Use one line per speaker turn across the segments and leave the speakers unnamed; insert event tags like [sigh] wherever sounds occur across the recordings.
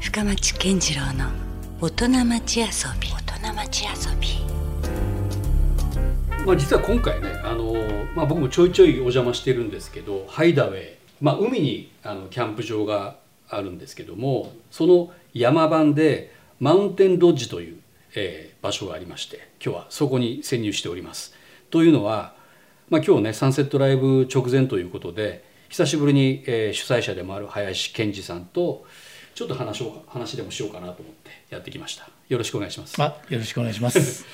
深町健次郎の大人町遊び大人町遊び
まあ、実は今回ね、あのまあ、僕もちょいちょいお邪魔してるんですけどハイダウェイ、まあ、海にあのキャンプ場があるんですけどもその山番でマウンテンドッジという、えー場所がありまして今日はそこに潜入しております。というのは、まあ、今日ねサンセットライブ直前ということで久しぶりに、えー主催者でもある林健二さんとちょっと話を話でもしようかなと思ってやってきました。よろしくお願いします。
あ、よろしくお願いします。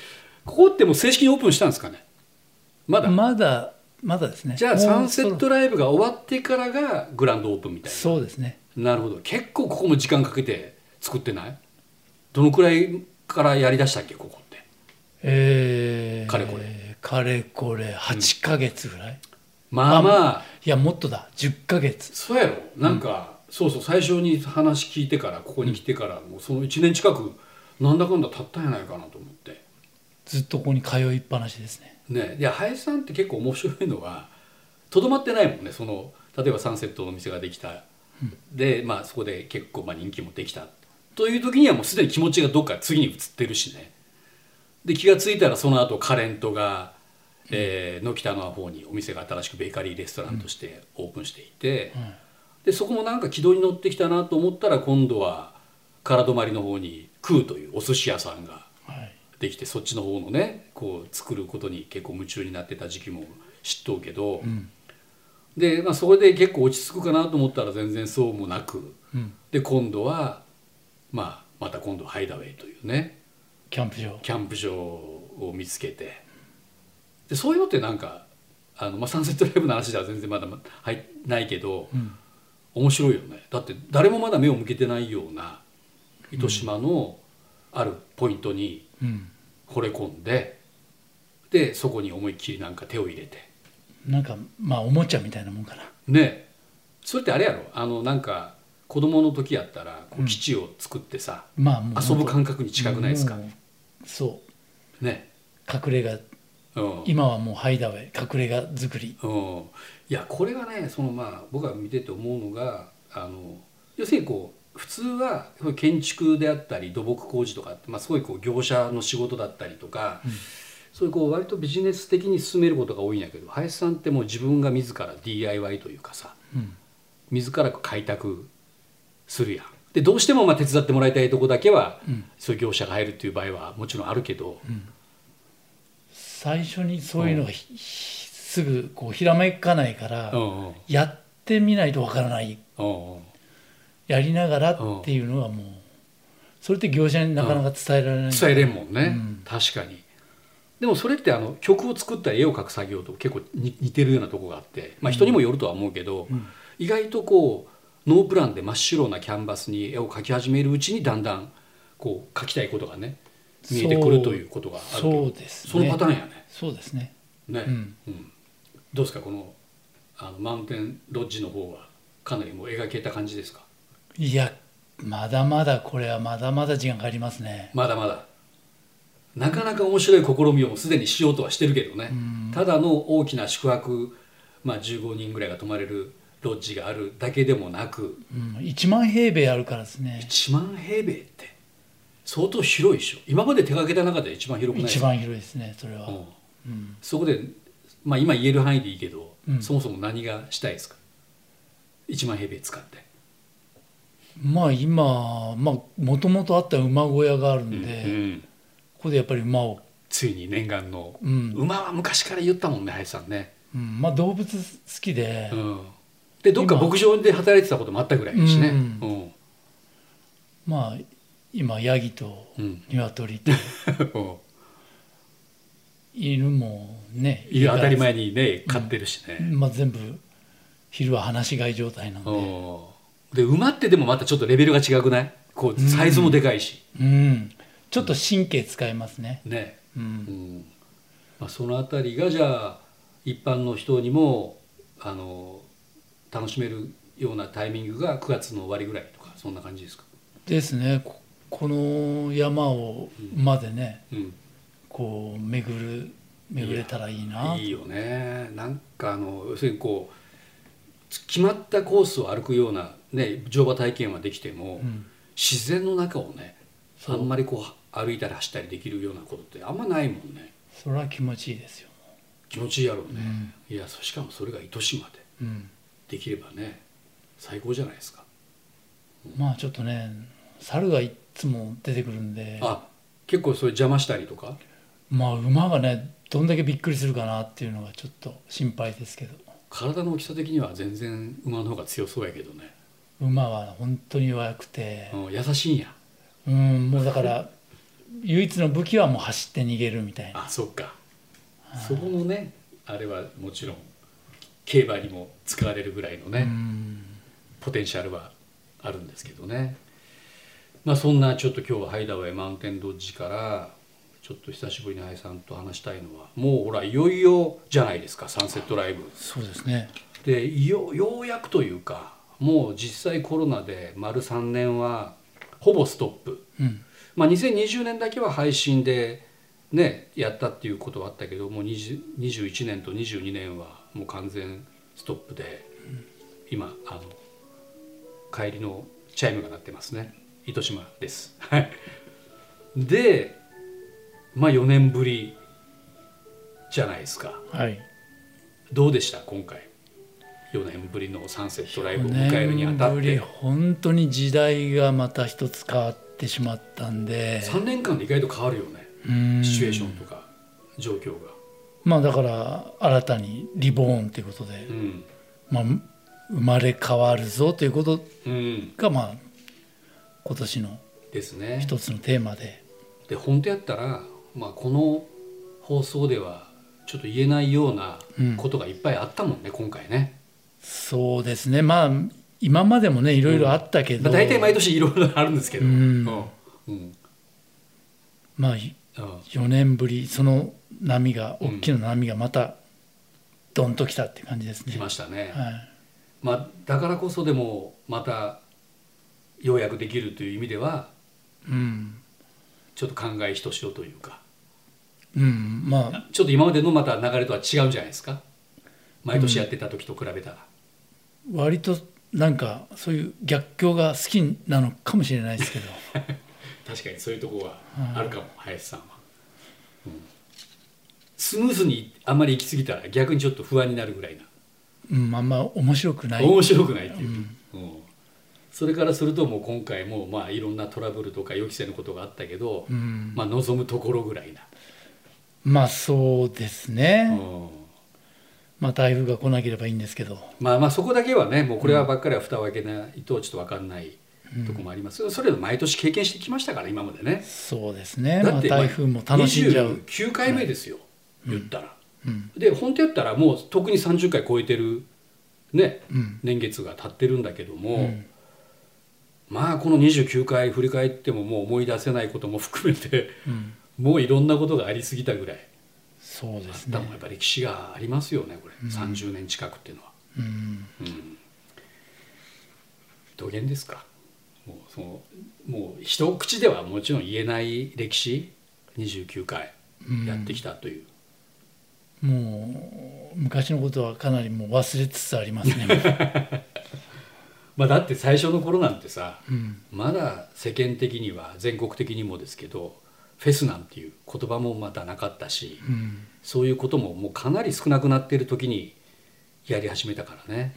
ここってもう正式にオープンしたんですかね [laughs] まだ
まだ、まだですね。
じゃあ
もうそろ
サンセットライブが終わってからがグランドオープンみたい
そうですね。
ななるほど結構ここも時間かけて作ってないどのくらいからやりだしたっけここって
えー、
かれこれ。
かれこれ、8ヶ月ぐらい、い
まあまあ
や、もっとだ、10ヶ月。
そうやろなんか、そうそう最初に話聞いてからここに来てからもうその1年近くなんだかんだ経ったんやないかなと思って
ずっとここに通いっぱなしですね。
ねいや林さんって結構面白いのはとどまってないもんねその例えばサンセットのお店ができた、で、まあ、そこで結構まあ人気もできたという時にはもうすでに気持ちがどっか次に移ってるしねで気が付いたらその後カレントが、えー軒田の方にお店が新しくベーカリーレストランとしてオープンしていて、
ん
でそこもなんか軌道に乗ってきたなと思ったら今度は空泊まりの方に空というお寿司屋さんが
はい。
できてそっちの方のねこう作ることに結構夢中になってた時期も知っとうけど、
ん
で、まあ、それで結構落ち着くかなと思ったら全然そうもなく
うん。
で今度は、まあ、また今度ハイダウェイというね
キャンプ場。
キャンプ場を見つけてでそういうのってなんかあの、まあ、サンセットライブの話では全然まだ入ないけど、
うん
面白いよねだって誰もまだ目を向けてないような糸島のあるポイントに、
うん。
惚れ込んででそこに思いっきりなんか手を入れて
なんか、まあ、おもちゃみたいなもんかな。
ねそれってあれやろあのなんか子供の時やったらこう基地を作ってさ、
まあ、もう。
遊ぶ感覚に近くないですか、
もうそう。
ね
隠れ家、
うん、
今はもうハイダウェイ、隠れ家作り。
うん、いやこれがねそのまあ僕が見てて思うのがあの要するにこう普通は建築であったり土木工事とかって、まあ、すごいこう業者の仕事だったりとか、そういうこう割とビジネス的に進めることが多いんやけど林さんってもう自分が自ら DIY というかさ
うん。
自ら開拓するやん。でどうしてもまあ手伝ってもらいたいとこだけは、
うん
そういう業者が入るっていう場合はもちろんあるけど、
最初にそういうのがひ、ひすぐこうひらめかないから、
うんうん
やってみないとわからない
うんうん
やりながらっていうのはもうそれって業者になかなか伝えられない、
伝えれんもんね、
うん
確かにでもそれってあの曲を作ったり絵を描く作業と結構に似てるようなとこがあって、まあ、人にもよるとは思うけど、
うん
意外とこうノープランで真っ白なキャンバスに絵を描き始めるうちにだんだんこう描きたいことがね見えてくるということがあるけど
そうですね
そのパターンやね
そうですね
ね、
うん
どうですかこのあのマウンテンロッジの方はかなりもう描けた感じですか
いやまだまだこれはまだまだ時間かかりますね
まだまだなかなか面白い試みをもうすでにしようとはしてるけどね、ただの大きな宿泊、まあ、15人ぐらいが泊まれるロッジがあるだけでもなく
うん、1万平米あるからですね
1万平米って相当広いでしょ今まで手がけた中で一番広くないです
一
か
番広いですねそれは、
うん
うん
そこで、まあ、今言える範囲でいいけど、
うん
そもそも何がしたいですか1万平米使って
まあ今もともとあった馬小屋があるんで、
う
こ
ん
こでやっぱり馬を、
ついに念願の、
うん
馬は昔から言ったもんね林さんね、
うんまあ、動物好きで、
うん、でどっか牧場で働いてたこともあったぐらいだしね、
う
うん
まあ今ヤギと
うん
鶏と犬もね
いや当たり前
に、
にね飼ってるしね、
まあ、全部昼は放し飼い状態なんでう
うんで馬ってでもまたちょっとレベルが違くないこうサイズもでかいし、
んちょっと神経使いますね
ね、
う、
うんんまあ、そのあたりがじゃあ一般の人にもあの楽しめるようなタイミングが9月の終わりぐらいとかそんな感じですか、
ですねここの山をまでね
うん
こう巡る巡れたらいいない
いよねなんかあの要するにこうつ決まったコースを歩くような、ね、乗馬体験はできても、
うん
自然の中をね
そ
あ
うん
まりこう歩いたり走ったりできるようなことってあんまないもんね
それは気持ちいいですよ、
気持ちいいやろう
う
ね、
ん
いやそしかもそれが糸島で
うん、
できればね最高じゃないですか、
まあちょっとね猿がいっつも出てくるんで
あ結構それ邪魔したりとか
まあ馬がねどんだけびっくりするかなっていうのがちょっと心配ですけど
体の大きさ的には全然馬の方が強そうやけどね、
馬は本当に弱くて
うん、優しいんや
うんもうだから唯一の武器はもう走って逃げるみたいな
あそっかそこのねあれはもちろん競馬にも使われるぐらいのね、
うん
ポテンシャルはあるんですけどねまあそんなちょっと今日はハイダウェイマウンテンドッジからちょっと久しぶりにハイさんと話したいのはもうほらいよいよじゃないですかサンセットライブ
そうですね
でいよようやくというかもう実際コロナで丸3年はほぼストップ
うん
まあ、2020年だけは配信で、ね、やったっていうことはあったけどもう20 21年と22年はもう完全ストップで、今あの帰りのチャイムが鳴ってますね糸島です。 [laughs] はいで、まあ、4年ぶりじゃないですか
はい
どうでした今回4年ぶりのサンセットライブを迎えるにあた
年
っ
ぶ
て
り本当に時代がまた一つ変わってしまったんで
3年間で意外と変わるよね
うん
シチュエーションとか状況が。
まあだから新たにリボーンということで
う、ん
まあ、生まれ変わるぞということ
うん、
がまあ今年の
ですね。
一つのテーマで
で本当やったら、まあ、この放送ではちょっと言えないような
うん
ことがいっぱいあったもんね、今回ね。
そうですねまあ今までもねいろいろあったけ
ま
ど、
あ、大体毎年いろいろあるんですけど、
うん
うんうん
まあ
うん
4年ぶりその波が大きな波がまたドンと来たって感じですね。
来ましたね、
はい
まあ、だからこそでもまたようやくできるという意味では
うん
ちょっと考えひとしおというか
うん、まあ
ちょっと今までのまた流れとは違うじゃないですか毎年やってた時と比べたら、
割となんかそういう逆境が好きなのかもしれないですけど
[laughs] 確かにそういうとこはあるかも、林さんは、うんスムーズにあんまり行き過ぎたら逆にちょっと不安になるぐらいな、
うんあんま面白くない
面白くないっていう、うんそれからするともう今回もまあいろんなトラブルとか予期せぬことがあったけど、
うん
まあ望むところぐらいな、
まあそうです
う
ね、
ん
まあ台風が来なければいいんですけど
まあまあそこだけはねもうこれはばっかりは蓋を開けないとちょっと分かんないとこもあります、それを毎年経験してきましたから今までね
そうですね
だ
ま
っ
あ
て
台風も楽しんじゃう、
29回目ですよ、言ったら、
うん
で本当やったらもう特に30回超えてるね、
うん
年月が経ってるんだけども、
うん
まあこの29回振り返ってももう思い出せないことも含めて
うん、
もういろんなことがありすぎたぐらい
そう
あ
で
っ
す
た
ね
もんやっぱ歴史がありますよねこれ、30年近くっていうのは。
うん
うんどげんですかもうそのもう一口ではもちろん言えない歴史29回
うん
やってきたという、
もう昔のことはかなりもう忘れつつありますね、
[laughs] まあ、だって最初の頃なんてさ
うん、
まだ世間的には全国的にもですけどフェスなんていう言葉もまたなかったし、
うん
そういうことももうかなり少なくなっている時にやり始めたからね。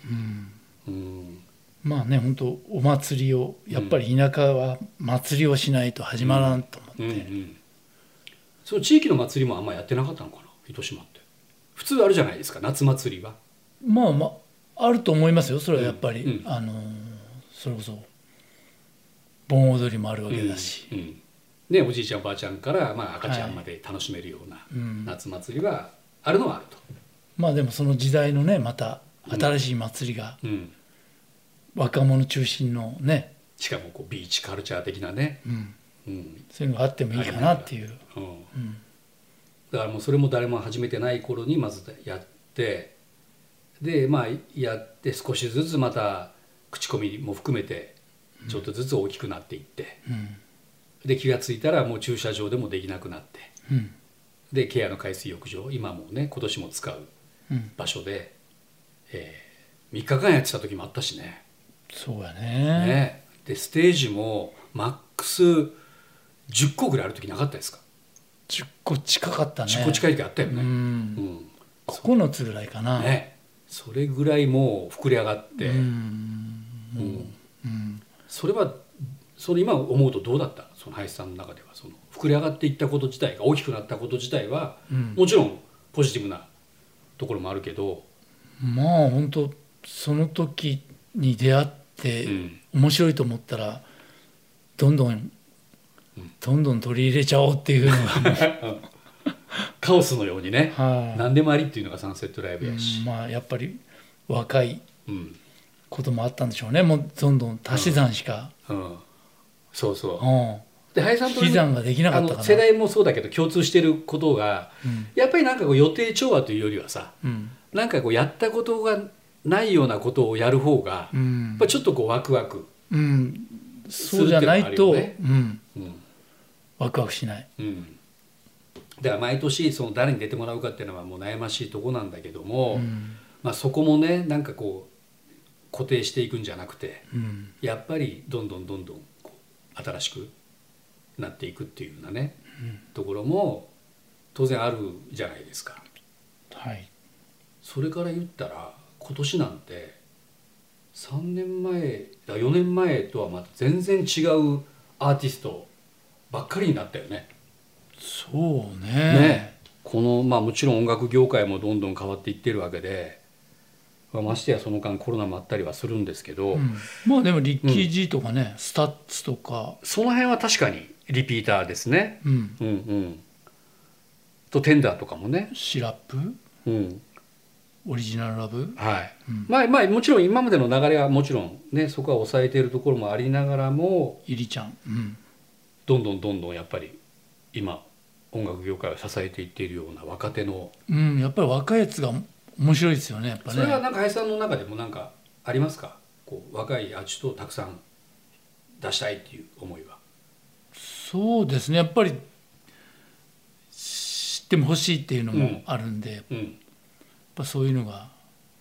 う
うん
ん
まあね本当お祭りをやっぱり田舎は祭りをしないと始まらんと思って、
うんうん、その地域の祭りもあんまやってなかったのかな糸島って普通あるじゃないですか夏祭りは
まあまああると思いますよそれはやっぱり、
うんうん
あのーそれこそ盆踊りもあるわけだし、
うんうんね、おじいちゃんおばあちゃんから、まあ、赤ちゃんまで楽しめるような
うん
夏祭りはあるのはあると、
まあでもその時代のねまた新しい祭りが
うん、
若者中心のね、
しかもこうビーチカルチャー的なね、
うん、
うん
そういうのがあってもいいかなっていう、
うん
うん、
だからもうそれも誰も始めてない頃にまずやってでまあやって少しずつまた口コミも含めてちょっとずつ大きくなっていって、
うん
で気がついたらもう駐車場でもできなくなって
うん
でケアの海水浴場今もね今年も使う
うん
場所で、え3日間やってた時もあったしね
そうやね
ねでステージもマックス10個ぐらいある時なかったですか、
10個近かったね
10個近い時あったよ
う
ね、うんん
9つぐらいかな、
ねそれぐらいもう膨れ上がって、
うん
うん
うん
それはそれ今思うとどうだったその林さんの中ではその膨れ上がっていったこと自体が大きくなったこと自体は
うん
もちろんポジティブなところもあるけど、
まあ本当その時に出会っ
う
て、
ん
面白いと思ったらどんどんどんどん取り入れちゃおうっていうのが
[laughs] カオスのようにね、
は
何でもありっていうのがサンセットライ
い、
ブ
う
やし
ん、まあやっぱり若い
うん
こともあったんでしょうねもうどんどん足し算しか、
うん、そうそう
う、ん
で林さんと
引き算ができなか
あ
ったか
の
ら
世代もそうだけど共通してることが
うん
やっぱりなんかこう予定調和というよりはさ
うん
なんかこうやったことがないようなことをやる方が
う
やっ
ん
ぱりちょっとこうワクワク、
うんそうじゃないと、
するって
うん
うん
ワクワクしない
うん、だから毎年その誰に出てもらうかっていうのはもう悩ましいとこなんだけども、
うん
まあ、そこもねなんかこう固定していくんじゃなくて
うん
やっぱりどんどんどんどんこう新しくなっていくっていうようなね、ところも当然あるじゃないですか。
はい
それから言ったら今年なんて3年前だ4年前とはまた全然違うアーティストばっかりになったよね。
そうね
ねこのまあもちろん音楽業界もどんどん変わっていってるわけで、まあましてやその間コロナもあったりはするんですけど、
うん、まあでもリッキー・ジーとかね、スタッツとか
その辺は確かにリピーターですね。
うん
うんうん、とテンダーとかもね。
シラップ
うん
オリジナルラブ
はい
うん
まあまあもちろん今までの流れはもちろんねそこは抑えているところもありながらも
ゆりちゃん、うん、
どんどんどんどんやっぱり今音楽業界を支えていっているような若手の
うん、やっぱり若いやつが面白いですよねやっぱ
それは
ね
なんか林さんの中でもなんかありますかこう若いアーティストをたくさん出したいっていう思いは。
そうですねやっぱり知っても欲しいっていうのもあるんで、やっ
うん
ぱそういうのが、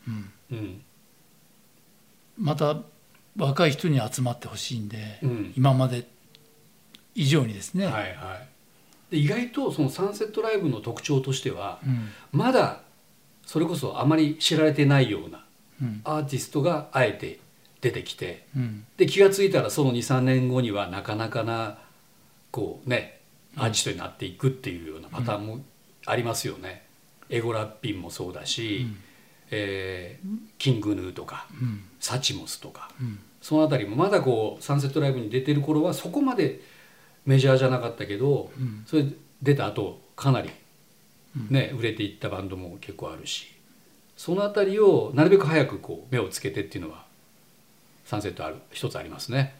うん、
うん
また若い人に集まってほしいんで、
うん
今まで以上にですね、
はいはい、で意外とそのサンセットライブの特徴としては
うん
まだそれこそあまり知られてないような
うん
アーティストがあえて出てきて
うん
で気が付いたらその23年後にはなかなかなこうねアーティストになっていくっていうようなパターンもありますよね。エゴラッピンもそうだし、えーキングヌーとか、
うん
サチモスとか、
うん
そのあたりもまだこうサンセットライブに出てる頃はそこまでメジャーじゃなかったけど、
うん
それ出た後かなり、ね売れていったバンドも結構あるしそのあたりをなるべく早くこう目をつけてっていうのはサンセットある一つありますね。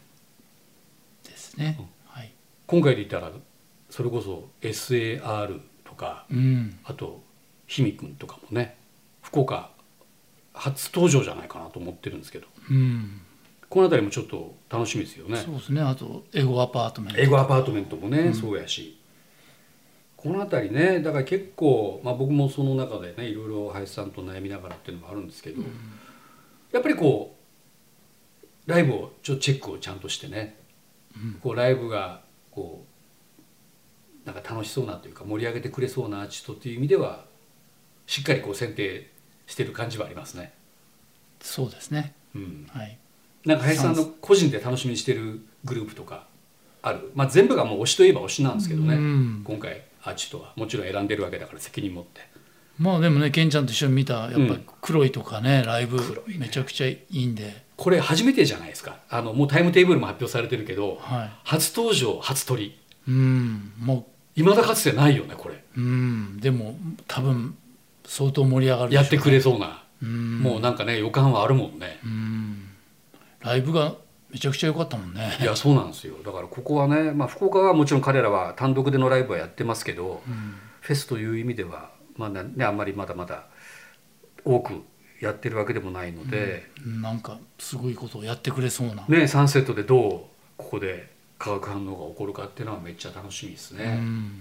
ですね、
うん
はい、
今回で言ったらそれこそ SAR とか
うん、
あとひみくんとかもね福岡初登場じゃないかなと思ってるんですけど
うん、
この辺りもちょっと楽しみですよね
そうですねあとエゴアパートメント
英語アパートメントもね、そうやしこの辺りねだから結構、まあ、僕もその中でねいろいろ林さんと悩みながらっていうのもあるんですけど、やっぱりこうライブをちょっとチェックをちゃんとしてね、こうライブがこうなんか楽しそうなというか盛り上げてくれそうなアーティストっていう意味ではしっかりこう選定してる感じはありますね。
そうですね
うん、
はい
なんか林さんの個人で楽しみにしてるグループとかある、まあ、全部がもう推しといえば推しなんですけどね、
うん
今回アーチとはもちろん選んでるわけだから責任持って
まあでもねケンちゃんと一緒に見たやっぱ
う
り
ん
黒いとかね、ライブ
黒いね
めちゃくちゃいいんで、
これ初めてじゃないですかあのもうタイムテーブルも発表されてるけど
は
初登場初取
いうんも
りいまだかつてないよねこれ
ううんでも多分相当盛り上がるでしょ
や
う
ってくれそうな、
うん
もうなんかね予感はあるもんね、
うんライブがめちゃくちゃ良かったもんね [laughs]
いやそうなんですよだからここはね、まあ、福岡はもちろん彼らは単独でのライブはやってますけど、
うん
フェスという意味では、まあなね、あんまりまだまだ多くやってるわけでもないので、
なんかすごいことをやってくれそうな、
ね、サンセットでどうここで化学反応が起こるかっていうのはめっちゃ楽しみです
う
ね、
ん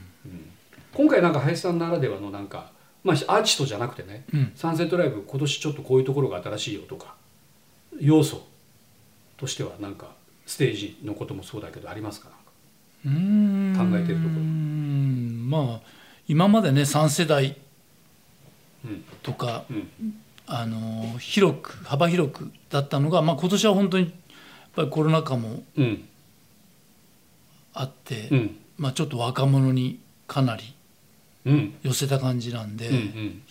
今回なんか林さんならではのなんか、まあ、アーチとじゃなくてね、
うん
サンセットライブ今年ちょっとこういうところが新しいよとか要素としてはなんかステージのこともそうだけどありますかなんか
うーん
考えてるところ
まあ今までね3世代
うん
とか、
うん
あの広く幅広くだったのが、まあ、今年は本当にやっぱりコロナ禍も
うん
あって、
うん
まあ、ちょっと若者にかなり
うん
寄せた感じなんで、
うんうん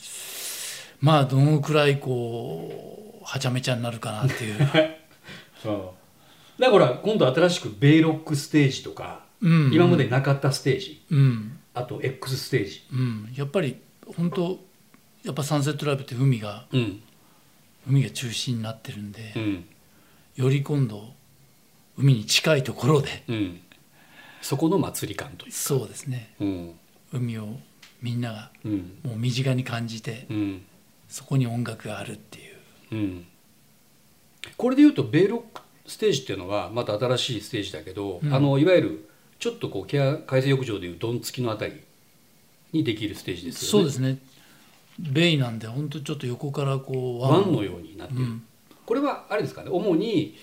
まあどのくらいこうはちゃめちゃになるかなっていう
[laughs] そうだからほら今度新しくベイロックステージとか、
うん
今までなかったステージ
うん
あと X ステージ、
うんやっぱり本当やっぱサンセットライブって海が
うん
海が中心になってるんで、
うん
より今度海に近いところで
うん、そこの祭り感という
そうですね
うん
海をみんなが
うん
もう身近に感じて
うん
そこに音楽があるっていう
うんこれでいうとベイロックステージっていうのはまた新しいステージだけど、
うん
あのいわゆるちょっとこうケア海水浴場でいうドン付きのあたりにできるステージです
そう
よね
ですねベイなんで本当ちょっと横からこう
ワン
を
のようになって
う
る、
ん
これはあれですかね主に、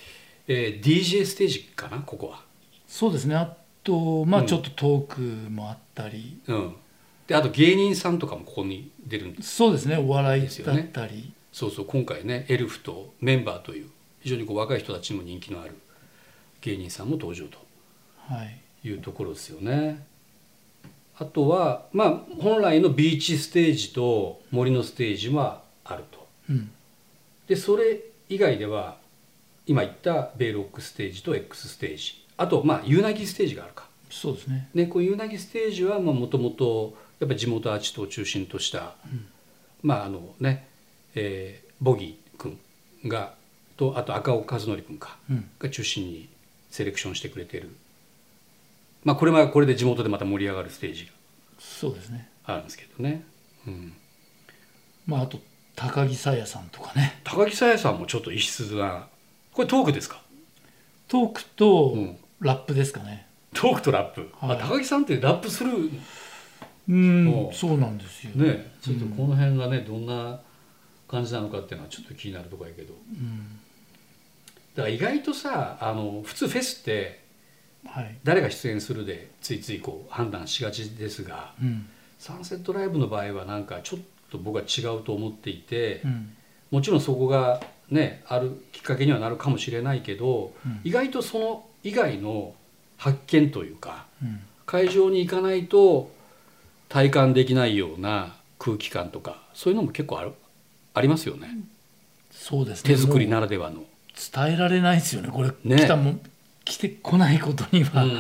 えー DJ ステージかなここは、
そうですねあとまあ
うん
ちょっとトークもあったり、
うん、であと芸人さんとかもここに出るんです
そうですねお笑い
ですよ
だ
ね
ったり、
そうそう今回ねエルフとメンバーという非常にこう若い人たちにも人気のある芸人さんも登場と
はい
いうところですよね。あとはまあ本来のビーチステージと森のステージはあると。
うん、
でそれ以外では今言ったベイロックステージと X ステージあとまあユナギステージがあるか。
そうですね
ね、こういうなぎステージはもともとやっぱり地元アーティストを中心とした、まああのね、えーボギー君がとあと赤尾和則君か、
うん
が中心にセレクションしてくれてる、まあ、これはこれで地元でまた盛り上がるステージ
そうですね
があるんですけどね、うん、
まああと高木沙耶さんとかね
高木沙耶さんもちょっと異質なこれトークですか
トークと
うん
ラップですかね
トークとラップ、
は
あ
い
高木さんってラップする
うん
おう
そうなんですよ、
ねちょっとこの辺がねどんな感じなのかっていうのはちょっと気になるところやけど。
うん
だから意外とさあの普通フェスって
はい
誰が出演するでついついこう判断しがちですが
うん
サンセットライブの場合はなんかちょっと僕は違うと思っていて、
うん
もちろんそこがねあるきっかけにはなるかもしれないけど、
うん
意外とその以外の発見というか
うん
会場に行かないと体感できないような空気感とかそういうのも結構あるありますよね、
そうですね
手作り
もう
ならではの。
伝えられないですよねこれ
ね
来たもん来てこないことには、
うん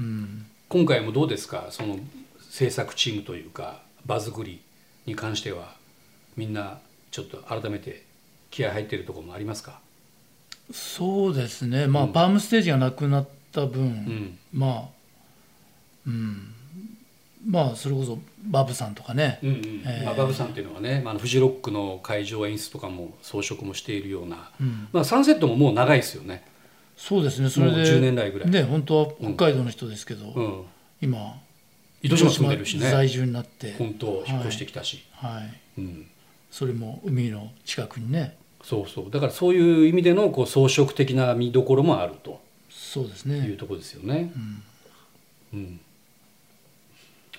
うん
今回もどうですかその制作チームというか場作りに関してはみんなちょっと改めて気合入ってるところもありますか
そうですねまあ、
うん
バームステージがなくなった分、
うん
まあうんまあそれこそバブさんとかね、
うんうん
えー
まあ、バブさんっていうのはね、まあ、あのフジロックの会場演出とかも装飾もしているような、
うん
まあ、サンセットももう長いですよね、
そうですねそれで
もう10年来ぐらい
ね本当は北海道の人ですけど、
うん、
今
糸島住んでるし
広島在
ね
住になって
本当引っ越してきたし、
はい
うん、
それも海の近くにね
そうそうだからそういう意味でのこう装飾的な見どころもあると。
そうです
いう
ね
とこですよね。うん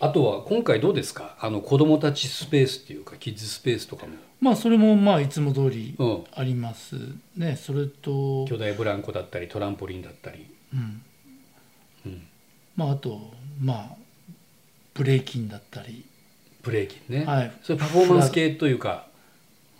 あとは今回どうですかあの子どもたちスペースっていうかキッズスペースとかも、
まあそれもまあいつも通り
うん、
ありますねそれと、
巨大ブランコだったりトランポリンだったり、
うん、
うん、
まああとまあブレイキンだったり
ブレイキンね、
はい
それパフォーマンス系というか、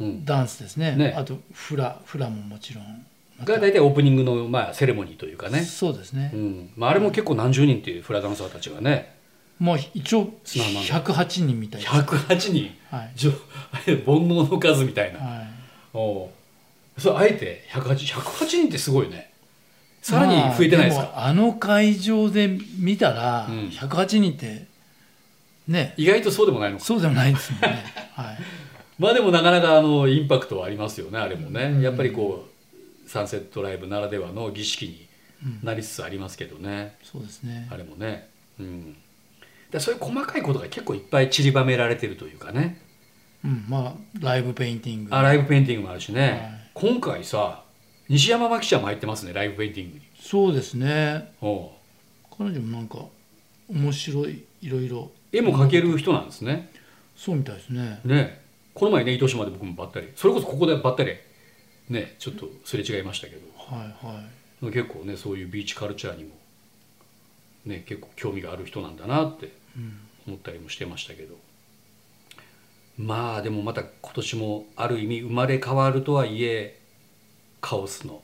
うん、
ダンスですね
ね
あとフラフラももちろんまた
が大体オープニングの、まあ、セレモニーというかね、
そうですね、
うんまあ、あれも結構何十人っていうフラダンサーたちがね
まあ一応
スノーマン
108人みたいな
108人
はい、
じょあれ煩悩の数みたいな、
は
おうそれあえて108 108人ってすごいねさらに増えてないですか、
まあ、でもあの会場で見たら
うん
108人ってね
意外とそうでもないのか
そうでもないですもん
[laughs]
ねはい
まあでもなかなかあのインパクトはありますよねあれもね、
うん
やっぱりこうサンセットライブならではの儀式になりつつありますけどね、
そうですね
あれもねうんでそういう細かいことが結構いっぱい散りばめられてるというかね
うんまあライブペインティング
あライブペインティングもあるしね、
はい
今回さ西山真紀ちゃんも入ってますねライブペインティングに
そうですね
おう
彼女もなんか面白いいろいろ
絵も描ける人なんですね
そうみたいですね
ねこの前ね糸島で僕もばったりそれこそここでばったりねちょっとすれ違いましたけど
はいはい
結構ねそういうビーチカルチャーにも、ね、結構興味がある人なんだなって思ったりもしてましたけど、まあでもまた今年もある意味生まれ変わるとはいえカオスの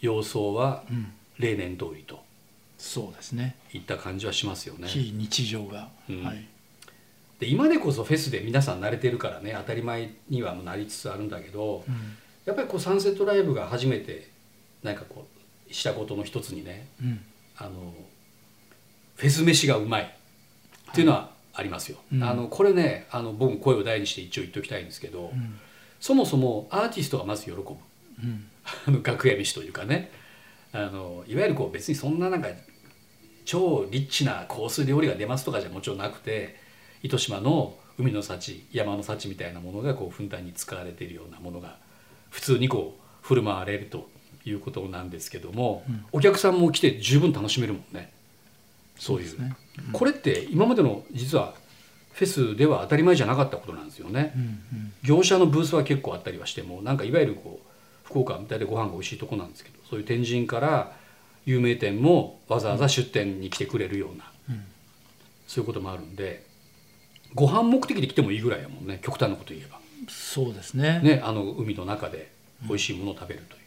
様相は
うん
例年通りと
そうですね
いった感じはしますよね。
非日常が、
うん
はい
で今でこそフェスで皆さん慣れてるからね当たり前にはもうなりつつあるんだけど
うん
やっぱりこうサンセットライブが初めてなんかこうしたことの一つにね
うん
あのフェス飯がうまいっていうのはありますよ、
うん
あのこれねあの僕も声を大にして一応言っておきたいんですけど、
うん
そもそもアーティストがまず喜ぶ
うん
[laughs] あの楽屋飯というかねあのいわゆるこう別にそんななんか超リッチなコース料理が出ますとかじゃもちろんなくて糸島の海の幸山の幸みたいなものがこうふんだんに使われているようなものが普通にこう振る舞われるということなんですけども、
うん
お客さんも来て十分楽しめるもんねそういう
ですね
これって今までの実はフェスでは当たり前じゃなかったことなんですよね
う。ん
業者のブースは結構あったりはしてもなんかいわゆるこう福岡みたいでご飯が美味しいとこなんですけどそういう天神から有名店もわざわざ出店に来てくれるような、
うん
そういうこともあるんでご飯目的で来てもいいぐらいやもんね極端なこと言えば、
うんそうですね
ね、あの海の中で美味しいものを食べるという、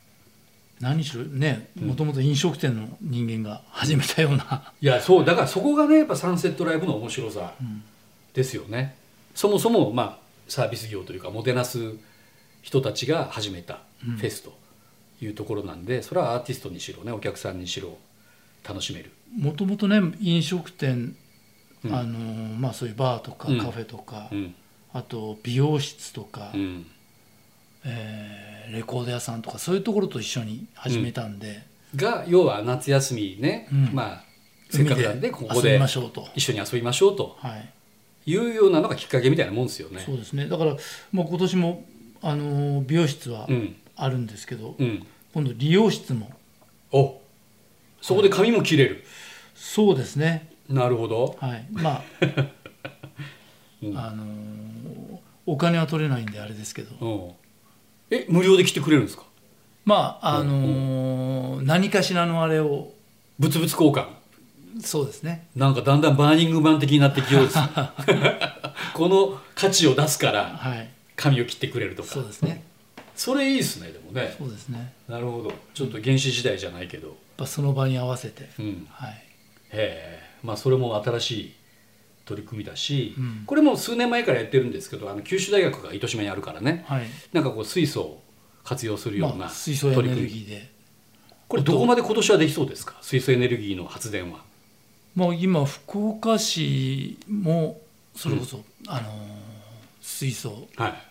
何しろねもともと飲食店の人間が始めたような、
いやそうだからそこがねやっぱサンセットライブの面白さですよね、そもそもまあサービス業というかもてなす人たちが始めたフェスというところなんで、それはアーティストにしろねお客さんにしろ楽しめる、
もともとね飲食店、
うん
あのーまあ、そういうバーとか
うん
カフェとか、
うん
あと美容室とか、
うん
えーレコード屋さんとかそういうところと一緒に始めたんで、
が要は夏休みね、
うん
まあせっかくなんでここ
遊び
で
ましょうと、
一緒に遊びましょうと
はい
いうようなのがきっかけみたいなもんですよね。
そうですねだから、まあ、今年も、あのー美容室は
うん
あるんですけど、
うん、
今度理容室も
おそこで髪も切れる、
そうですね
なるほど、
はいまあ、
うん
あのーお金は取れないんであれですけど、
うん、え無料で来てくれるんですか
まああのー何かしらのあれを
物々交換
そうですね
なんかだんだんバーニングマン的になってきようです
[laughs]
この価値を出すから
はい
髪を切ってくれるとか
そうですね
それいいですねでもね
そうですねや
な
っ
るほどちょっと原始時代じゃないけど
ぱその場に合わせて、
うん
はい
へえまあそれも新しい取り組みだし、
うん
これも数年前からやってるんですけどあの九州大学が糸島にあるからね
はい
なんかこう水素を活用するよう
ま
な
あ、
取
水
り
素エネ
組み、
ルギーで
これどこまで今年はできそうですか水素エネルギーの発電は
もう今福岡市もそれこそ、あのー水素を
は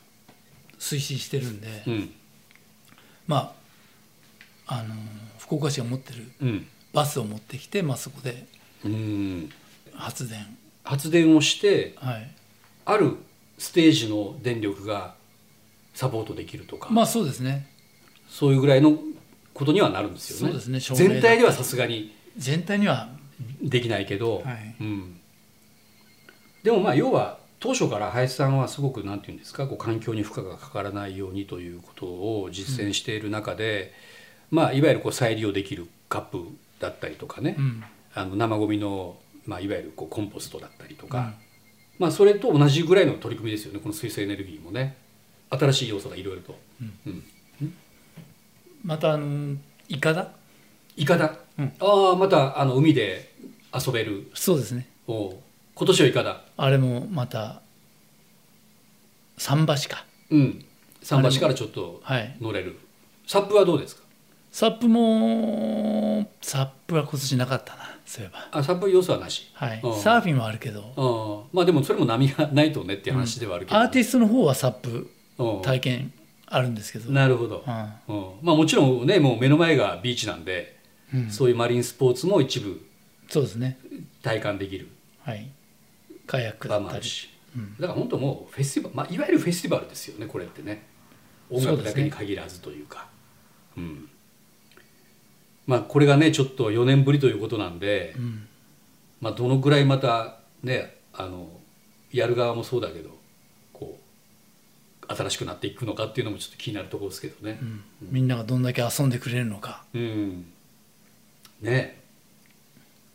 推進してるんで、
いうん
まああのー福岡市が持ってる
うん
バスを持ってきて、まあ、そこで
うん
発電
発電をして
はい
あるステージの電力がサポートできるとか、
まあそうですね
そういうぐらいのことにはなるんですよね
そうですね照明だ
全体ではさすがに
全体には
できないけど、
はい
うん、でもまあ要は当初から林さんはすごくなんていうんですかこう環境に負荷がかからないようにということを実践している中で、まあ、いわゆるこう再利用できるカップだったりとかね、
うん
あの生ゴミの、まあ、いわゆるこうコンポストだったりとか、まあ、それと同じぐらいの取り組みですよねこの水素エネルギーもね新しい要素がいろいろと、うん
またあのーイカダ
イカだ、
うん
ああまたあの海で遊べる
そうですね
おう今年はイカだ
あれもまた桟橋か
うん桟橋からちょっと
はい
乗れるサップはどうですか
サップもサップは今年なかったなそういえば
あサップ要素はなし
はい
うん
サーフィンはあるけど
あーまあでもそれも波がないとねっていう話ではあるけど、
アーティストの方はサップ
うん
体験あるんですけど、うん、
なるほど、うんまあもちろんねもう目の前がビーチなんで、
うん
そういうマリンスポーツも一部
そうですね
体感できる
はいカヤックだ
場
っ
もあ
た
る
り
し、だから本当もうフェスティバル、まあ、いわゆるフェスティバルですよねこれってね音楽だけに限らずというかう,、んまあ、これがねちょっと4年ぶりということなんで、
うん
まあ、どのぐらいまたねあのやる側もそうだけどこう新しくなっていくのかっていうのもちょっと気になるところですけどね。
うんみんながどんだけ遊んでくれるのか
うん、ね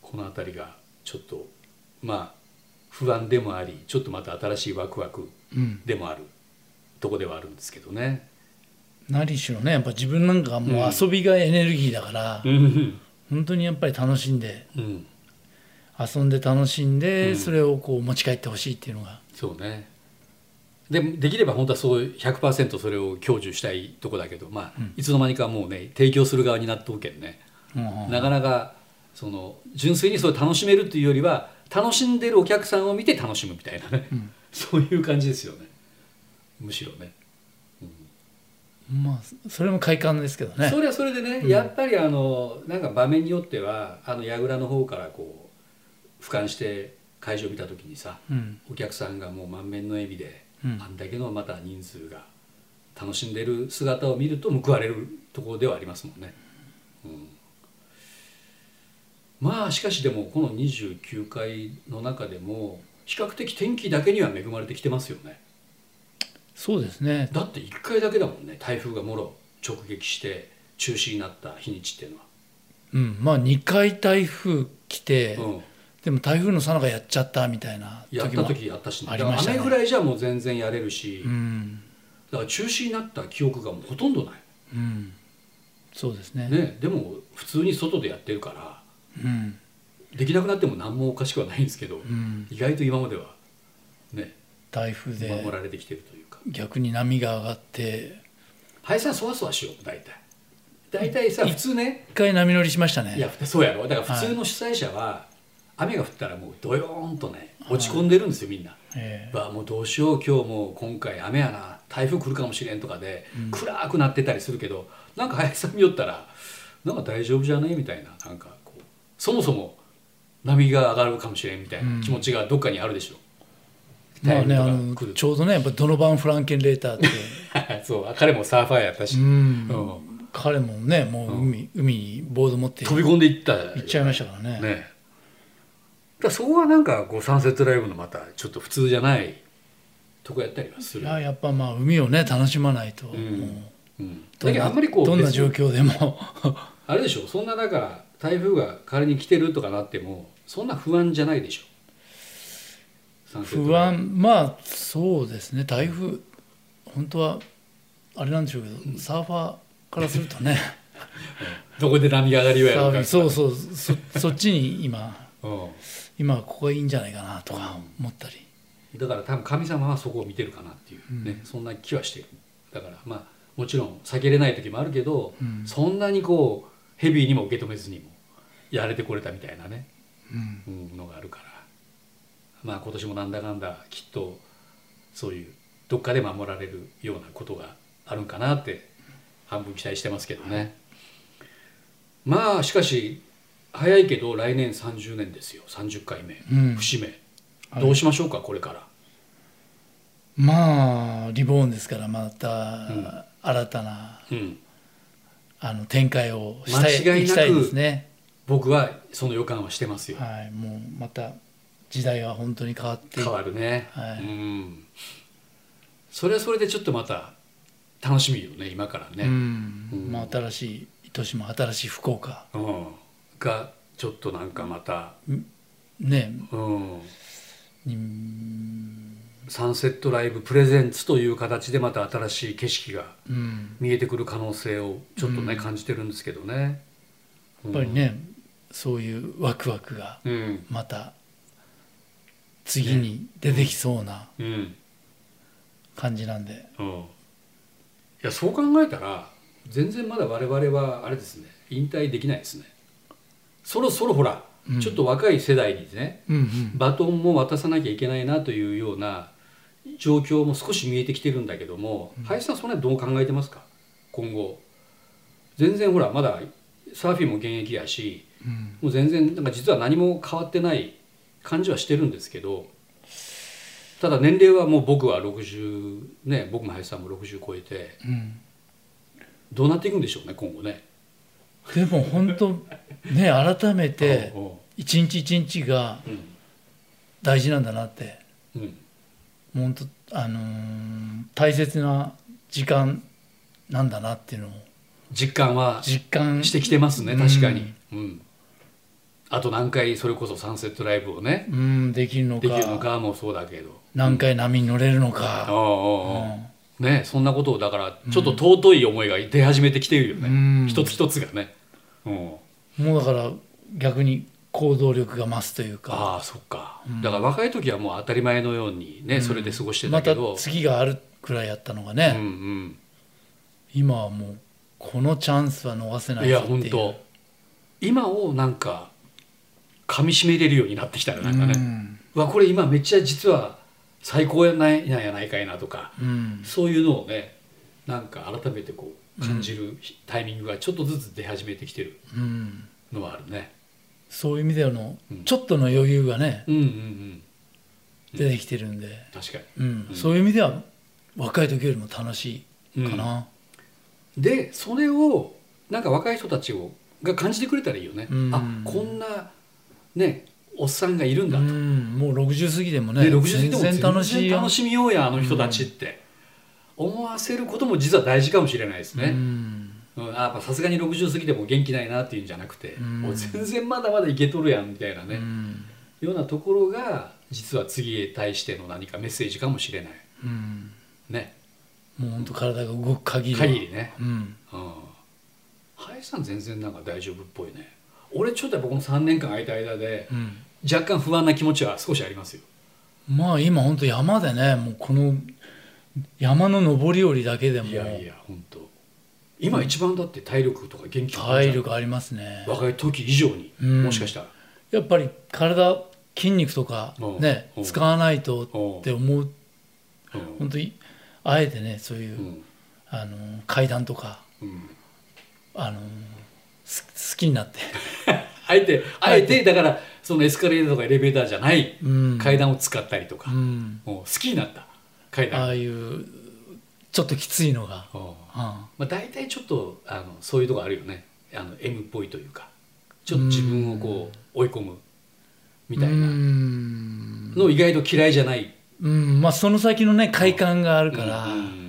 この辺りがちょっとまあ不安でもありちょっとまた新しいワクワク
うん
でもあるとこではあるんですけどね。
何しろねやっぱ自分なんかはも
う
うん遊びがエネルギーだから、
うん
本当にやっぱり楽しんで
うん、
遊んで楽しんで、
うん
それをこう持ち帰ってほしいっていうのが
そうねでできれば本当はそう100%それを享受したいとこだけど、まあいつの間にかもうね提供する側になっとうけんね、
うんうん
なかなかその純粋にそれを楽しめるっていうよりは楽しんでるお客さんを見て楽しむみたいなね、
うん
[laughs] そういう感じですよねむしろね、
まあそれも快感ですけどね
それはそれでね、やっぱりあのなんか場面によってはあの櫓の方からこう俯瞰して会場を見た時にさ、
うん
お客さんがもう満面の笑みで、
うん
あんだけのまた人数が楽しんでる姿を見ると報われるところではありますもんね。うんまあしかしでもこの29回の中でも比較的天気だけには恵まれてきてますよね。
そうですね
だって1回だけだもんね台風がもろ直撃して中止になった日にちっていうのは。
うんまあ2回台風来て、
うん
でも台風のさなかやっちゃったみたいな
やった時やったし、
ありましたね
雨ぐらいじゃもう全然やれるし、
うん
だから中止になった記憶がもうほとんどない。
うんそうですね
ね、でも普通に外でやってるから
うん
できなくなっても何もおかしくはないんですけど、
うん
意外と今まではね
台風で
守られてきてるというか
逆に波が上がって
林さんそわそわしよう大体大体さ普通ね
一回波乗りしましたね
いやそうやろだから普通の主催者は雨が降ったらもうドヨーンとね落ち込んでるんですよみんな。
ええ
わあもうどうしよう今日もう今回雨やな台風来るかもしれんとかで暗くなってたりするけど、なんか林さん見よったらなんか大丈夫じゃねみたいななんかこうそもそも波が上がるかもしれんみたいな気持ちがどっかにあるでしょ。
まあねあ
台風
の
とか来る
ちょうどねやっぱドノバン・フランケン・レーターって
[laughs] そう彼もサーファーやったし、
うん
うん
彼もねもう海,、海にボード持って
飛
行
び込んでいった
っちゃいましたから
ね
ね
だからそこはなんかこうサンセットライブのまたちょっと普通じゃないとこやったりはす
い
る。
ややっぱまあ海をね楽しまないと、
ん
もう
うん、
ど
だけど
んな
あんまりこう
どんな
別に
状況
[laughs]
でも
あれでしょそんなだから台風が仮に来てるとかなってもそんな不安じゃないでしょサンセット
不
ライ
安まあそうですね台風本当はあれなんでしょうけど、サーファーからするとね
ブどこで波 [laughs] が上がり
サ
ようやろ
ー
う
フ
か
ィンそうそうそそっちに今
う
今ここがいいんじゃないかなとか思ったり、
ん、だから多分神様はそこを見てるかなっていう、ねそんな気はしてるだからまあもちろん避けれない時もあるけど、
うん
そんなにこうヘビーにも受け止めずにもやれてこれたみたいなね、
うん
うん、のがあるからまあ今年もなんだかんだきっとそういうどっかで守られるようなことがあるんかなって半分期待してますけどねまあしかし早いけど来年30年ですよ30回目、
うん
節目
はい
どうしましょうかこれから
まあリボーンですからま
うん
た新たな、
うん
あの展開をしたい
間違いなく
いきたいですね、
僕はその予感はしてますよ
はい、もうまた時代は本当に変わってい
変わるね、
はい
うんそれはそれでちょっとまた楽しみよね今からね、
うん
うん
まあ、新しい糸島新しい福岡
うん、がちょっとなんかまた、
ね
うん、
うん
サンセットライブプレゼンツという形でまた新しい景色が
うん
見えてくる可能性をちょっとね、
うん
感じてるんですけどね。
やっぱりね、そういうワクワクが
うん、
また次に出てきそうな
うん、
感じなんで、
うん。いやそう考えたら全然まだ我々はあれですね引退できないですね。そろそろほら、
うん
ちょっと若い世代にね
うんうん
バトンも渡さなきゃいけないなというような状況も少し見えてきてるんだけども、林さんその辺どう考えてますか今後全然ほらまだサーフィンも現役やし
うん
もう全然なんか実は何も変わってない感じはしてるんですけどただ年齢はもう僕は60ね僕も林さんも60超えて
うん
どうなっていくんでしょうね今後ね
でも本当ね改めて
[laughs] おうおう
一日一日が大事なんだなって
うんうん
もう本当あのー大切な時間なんだなっていうのを
実感は
実感
してきてますね確かに、うんあと何回それこそサンセットライブをね
うん、うんできるのか
できるのかもそうだけど
何回波に乗れるの
あああ
か、
あああねそんなことをだからちょっと尊い思いが出始めてきているよね、
うん
一つ一つがね、うん、
もうだから逆に行動力が増すというか
ああそっか、だから若い時はもう当たり前のようにね、それで過ごしてた
ま
け
た
ど、
次があるくらいやったのが
うん
ね、今はもうこのチャンスは逃せ
う、
なんい
い
ぞ
や
ってい
本
う
当今をなんか噛みしめれるようになってきたらなんかね、
うん
うわこれ今めっちゃ実は最高やないなんやないかいなとか
うん
そういうのをねなんか改めてこう感じるタイミングがちょっとずつ出始めてきてる
うん
のはあるね。
そういう意味での
うん
ちょっとの余裕がね、
うんうんうん、
出てきてるんで、
確か
うん
うん
そういう意味では若い時よりも楽し
に、
いかな、
うんでそれをなんか若い人たちをが感じてくれたらいいよね、
うん
あこんなねおっさんがいるん
う
だ
ん
と、
もう60過ぎでもね
で60歳でも
全然楽しい
全然
よ
楽しみようやあの人たちって、思わせることも実は大事かもしれないです
う
ね、
ん
うんあやっぱさすがに60過ぎても元気ないなっていうんじゃなくて、
うん
もう全然まだまだいけとるやんみたいな
う
ね、
ん
ようなところが実は次へ対しての何かメッセージかもしれない
うん
ね
もう本当体が動く限りは
限りね
うん、
うん林さん全然なんか大丈夫っぽいね俺ちょっとやっぱこの3年間空いた間で
うん、
若干不安な気持ちは少しありますよ
まあ今本当山でねもうこの山の登り降りだけでも
いやいや本当今一番だって体力とか元気
体力ありますね
若い時以上に、
うん
もしかしたら
やっぱり体筋肉とかね
うん
使わないと
うん
って思う
うん
本当にあえてねそういう、
うん
あのー階段とか
うん
あのーす好きになって、
あえてあえてだからそのエスカレーターとかエレベーターじゃない
うん
階段を使ったりとか、
うん、
もう好きになった階
あ
段
あいうちょっときついのが、
うん
うん
まあ、大体ちょっとあのそういうとこあるよねあの M っぽいというかちょっと自分をこう追い込むみたいうなんの意外と嫌いじゃない
うんまあその先のね快感があるから、
うん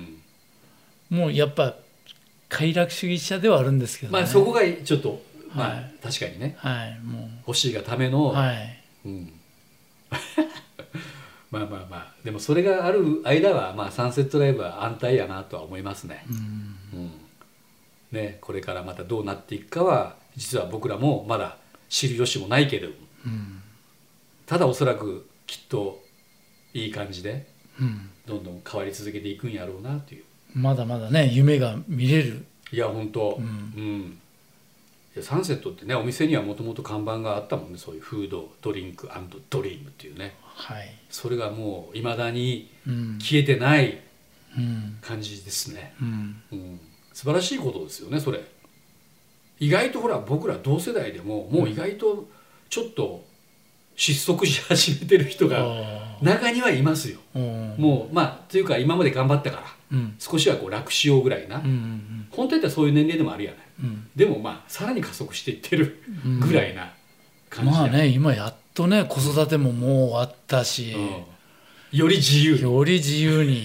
もうやっぱ快楽主義者ではあるんですけど、ね
まあ、そこがちょっと、ま
は
あ、確かにね
はいも
欲しいがための、
うはい
うん [laughs] まあまあまあでもそれがある間は、まあ、サンセットライブは安泰やなとは思いますね。
うん
うんね、これからまたどうなっていくかは実は僕らもまだ知る由もないけれども
うん
ただおそらくきっといい感じで
うん
どんどん変わり続けていくんやろうなという
まだまだね夢が見れる
いや本当
うん
んいやサンセットってねお店にはもともと看板があったもんねそういうフードドリンクドリームっていうね
はい
それがもういまだに
うん
消えてない
うん
感じですね、
うん
うん、素晴らしいことですよねそれ意外とほら僕ら同世代でももう意外とちょっと失速し始めてる人が
あ
中にはいますよ
ーうん
もうまあというか今まで頑張ったから
うん
少しはこう楽しようぐらいな、
うんうん
本当やったらそういう年齢でもあるやない
うん
でもまあさらに加速していってる
うん
ぐらいな感じ
ま
だ
あ
よ
ね今やっとね子育てももう終わったし、
うんより自由
より自由に、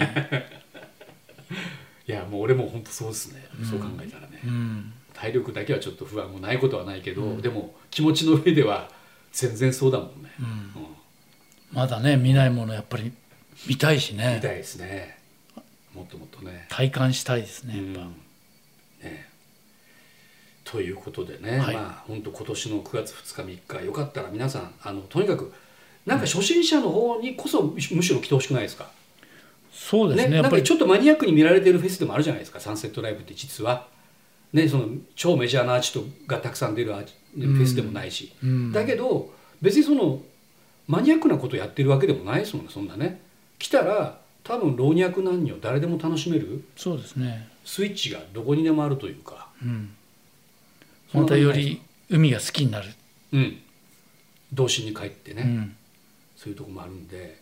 いやもう俺も本当そうですね、そう考えたらね
うん、
体力だけはちょっと不安もないことはないけど、でも気持ちの上では全然そうだもんね、うん
まだね見ないものやっぱり見たいし
見た
ね
いですねもっともっとね
体感したいですねやっぱ、
うんねということでね、
はい
まあ本当今年の9月2日3日よかったら皆さんあのとにかくなんか初心者の方にこそむしむしろ来てほしくないですか、
そうです
ね
ねや
なん
っぱ
か
り
ちょっとマニアックに見られてるフェスでもあるじゃないですかサンセットライブって実は、ね、その超メジャーなアーティストがたくさん出るアーティフェスでもないし、
うん
だけど別にそのマニアックなことやってるわけでもないですもんねそんなね来たら多分老若男女誰でも楽しめる
そうですね
スイッチがどこにでもあるというか
うん
そん
ま
なこと
た
ない
より海が好きになる、
うん童心に帰ってね、
うん
そういうとこもあるんで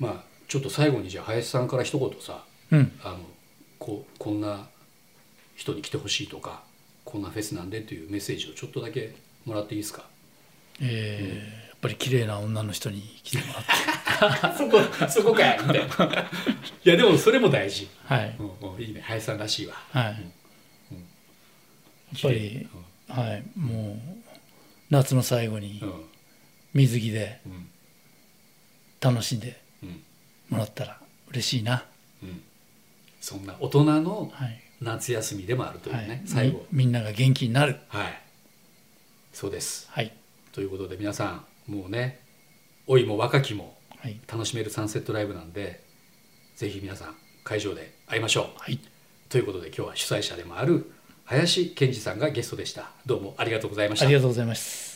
まあちょっと最後にじゃあ林さんから一言さ
うん、
あのこうこんな人に来てほしいとかこんなフェスなんでというメッセージをちょっとだけもらっていいですか [laughs]
えーやっぱり綺麗な女の人に来ても
[laughs]
らって
そこそこかいみたいな [laughs] いやでもそれも大事、
はい
うんうんいいね林さんらしいわ
はい、
うん
やっぱり、はいもう夏の最後に
うん
水着で
うん
楽しんで
うん
もらったら嬉しいな、
うんそんな大人の
はい
夏休みでもあるという
は
ね、
い
最後
みみんなが元気になる
はいそうです
はい
ということで皆さんもうね老いも若きも
はい、
楽しめるサンセットライブなんでぜひ皆さん会場で会いましょう
はい、
ということで今日は主催者でもある林健二さんがゲストでしたどうもありがとうございまし
あ
た
りがとうございます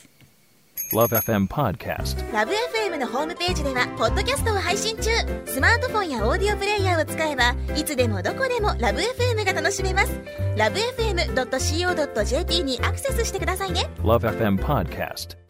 Love FM Podcast.
ラブ f m のホームページではポッドキャストを配信中スマートフォンやオーディオプレイヤーを使えばいつでもどこでもラブ f m が楽しめますラブ FM.co.jp にアクセスしてくださいね
Love FM Podcast.